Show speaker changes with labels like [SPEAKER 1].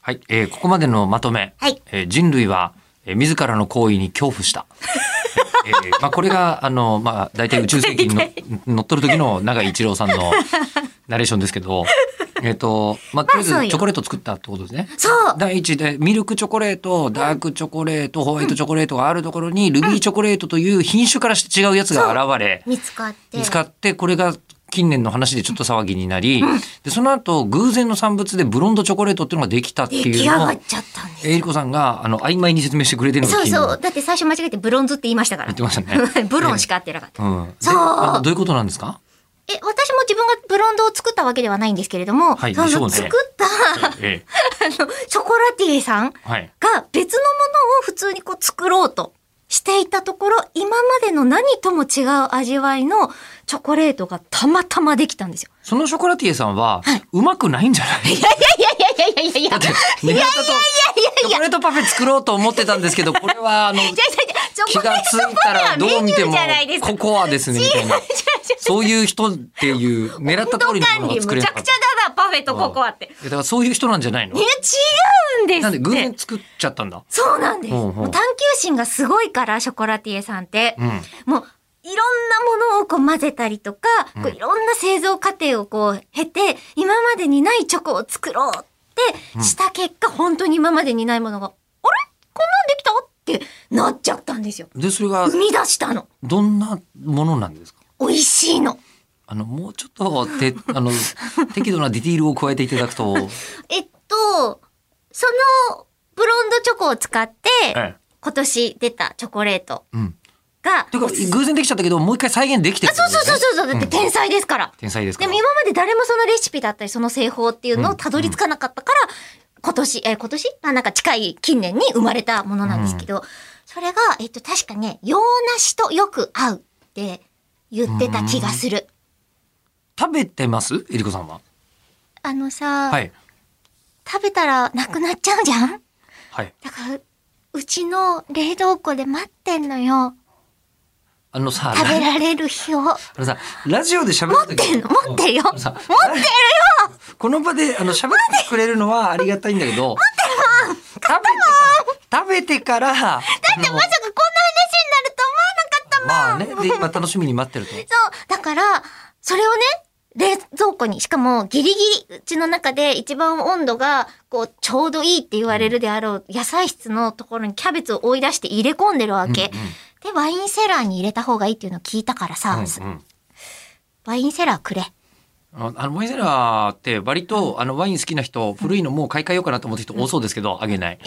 [SPEAKER 1] はい、えーここまでのまとめ、
[SPEAKER 2] はい
[SPEAKER 1] えー人類は、えー自らの行為に恐怖 した。えーまあ、これがあの、まあ、大体宇宙世紀にの乗っ取る時の永井一郎さん のナレーションですけど、えっとまあ、とりあえ
[SPEAKER 2] まあそう
[SPEAKER 1] ず
[SPEAKER 2] よ
[SPEAKER 1] チョコレート作ったってことですね。
[SPEAKER 2] そう
[SPEAKER 1] 第一でミルクチョコレートダークチョコレートホワイトチョコレートがあるところにルビーチョコレートという品種からして違うやつが現れ
[SPEAKER 2] 見つかって。
[SPEAKER 1] 見つかってこれが近年の話でちょっと騒ぎになりでその後偶然の産物でブロンドチョコレートっていうのができたって
[SPEAKER 2] 出来
[SPEAKER 1] い
[SPEAKER 2] 上
[SPEAKER 1] うの
[SPEAKER 2] が
[SPEAKER 1] を
[SPEAKER 2] っちゃったんです。
[SPEAKER 1] えりこさんがあの曖昧に説明してくれてるのが
[SPEAKER 2] そう
[SPEAKER 1] 昨日
[SPEAKER 2] そう。
[SPEAKER 1] 言
[SPEAKER 2] だって最初間違えてブロンズって言いましたから
[SPEAKER 1] って。ましたね。
[SPEAKER 2] ブロンしか合ってなかった。
[SPEAKER 1] うん、で
[SPEAKER 2] そう
[SPEAKER 1] あのどういうことなんですか、
[SPEAKER 2] え、私も自分がブロンドを作ったわけではないんですけれども、
[SPEAKER 1] はい
[SPEAKER 2] その
[SPEAKER 1] でしょうね
[SPEAKER 2] 作った、あ
[SPEAKER 1] ええ、
[SPEAKER 2] の、ショコラティエさん
[SPEAKER 1] はい
[SPEAKER 2] が別のものを普通にこう作ろうとしていたところ、今までの何とも違う味わいのチョコレートがたまたまできたんですよ。
[SPEAKER 1] そのショコラティエさんは、うまくないんじゃない
[SPEAKER 2] いやいやいやいやいやいやいや
[SPEAKER 1] だって、ネハタとチョコレートパフェ作ろうと思ってたんですけど、これはあ の、気がついたらどう見ても
[SPEAKER 2] じゃないで、すか
[SPEAKER 1] ココアですね、みたいな。そういう人っていう、狙った通りのもの
[SPEAKER 2] 管
[SPEAKER 1] が
[SPEAKER 2] 理
[SPEAKER 1] 作
[SPEAKER 2] む
[SPEAKER 1] れ
[SPEAKER 2] ち
[SPEAKER 1] な
[SPEAKER 2] ゃ
[SPEAKER 1] か
[SPEAKER 2] く
[SPEAKER 1] っ
[SPEAKER 2] ちゃ
[SPEAKER 1] た。
[SPEAKER 2] だな、パフェとココアって。
[SPEAKER 1] だからそういう人なんじゃないの
[SPEAKER 2] いや、
[SPEAKER 1] な
[SPEAKER 2] 違うんん
[SPEAKER 1] で
[SPEAKER 2] で
[SPEAKER 1] す偶
[SPEAKER 2] って
[SPEAKER 1] 然。作っちゃったんだ。
[SPEAKER 2] そうなんです。
[SPEAKER 1] ほう
[SPEAKER 2] もう
[SPEAKER 1] ほう
[SPEAKER 2] 探求心がすごいから、ショコラティエさんって
[SPEAKER 1] う。ん。
[SPEAKER 2] もう、いろんなものをこう混ぜたりとか、こういろんな製造過程をこう経て、今までにないチョコを作ろうってした結果、本当に今までにないものが、あれこんなんできたってなっちゃったんですよ。
[SPEAKER 1] で、それが
[SPEAKER 2] 生、み出したの。
[SPEAKER 1] どんなものなんですか
[SPEAKER 2] 美味しいの。
[SPEAKER 1] あの、もうちょっと、 て、あの、適度なディティールを加えていただくと、
[SPEAKER 2] えっと、そのブロンドチョコを使って、
[SPEAKER 1] ええ
[SPEAKER 2] 今年出たチョコレート
[SPEAKER 1] うん。
[SPEAKER 2] が、
[SPEAKER 1] てか、偶然できちゃったけど、もう一回再現できてる
[SPEAKER 2] あ、
[SPEAKER 1] ってこ
[SPEAKER 2] そう
[SPEAKER 1] と
[SPEAKER 2] そう
[SPEAKER 1] です
[SPEAKER 2] そう
[SPEAKER 1] ね
[SPEAKER 2] そうそう、だって天才ですから。
[SPEAKER 1] 天才ですか
[SPEAKER 2] で
[SPEAKER 1] ら
[SPEAKER 2] も。今まで誰もそのレシピだったりその製法っていうのをたどり着かなかったから、今年、えー今年あなんか近い近年に生まれたものなんですけど、それが、えっと、確かね、洋梨とよく合うって言ってた気がする。
[SPEAKER 1] 食べてますえりこさんは。
[SPEAKER 2] あのさ、
[SPEAKER 1] はい。
[SPEAKER 2] 食べたらなくなっちゃうじゃん
[SPEAKER 1] はい。
[SPEAKER 2] だから、うちの冷凍庫で待ってんのよ。
[SPEAKER 1] あのさ、
[SPEAKER 2] 食べられる日を。持っ
[SPEAKER 1] あのさ、ラジオで喋ると
[SPEAKER 2] てんの持ってるよ。持ってる
[SPEAKER 1] この場で、あの、喋ってくれるのはありがたいんだけど。食べてから、食べてから。だって
[SPEAKER 2] まさかこんな話になると
[SPEAKER 1] まあね、で、今楽しみに待ってると。
[SPEAKER 2] そう。だから、それをね、冷蔵庫に、しかもギリギリ、うちの中で一番温度が、こう、ちょうどいいって言われるであろう、野菜室のところにキャベツを追い出して入れ込んでるわけ。
[SPEAKER 1] うんうん
[SPEAKER 2] で、ワインセラーに入れた方がいいっていうのを聞いたからさ、
[SPEAKER 1] うんうん
[SPEAKER 2] ワインセラーくれ。
[SPEAKER 1] あのあのワインセラーって割とあのワイン好きな人古いのもう買い替えようかなと思ってる人多そうですけどあげない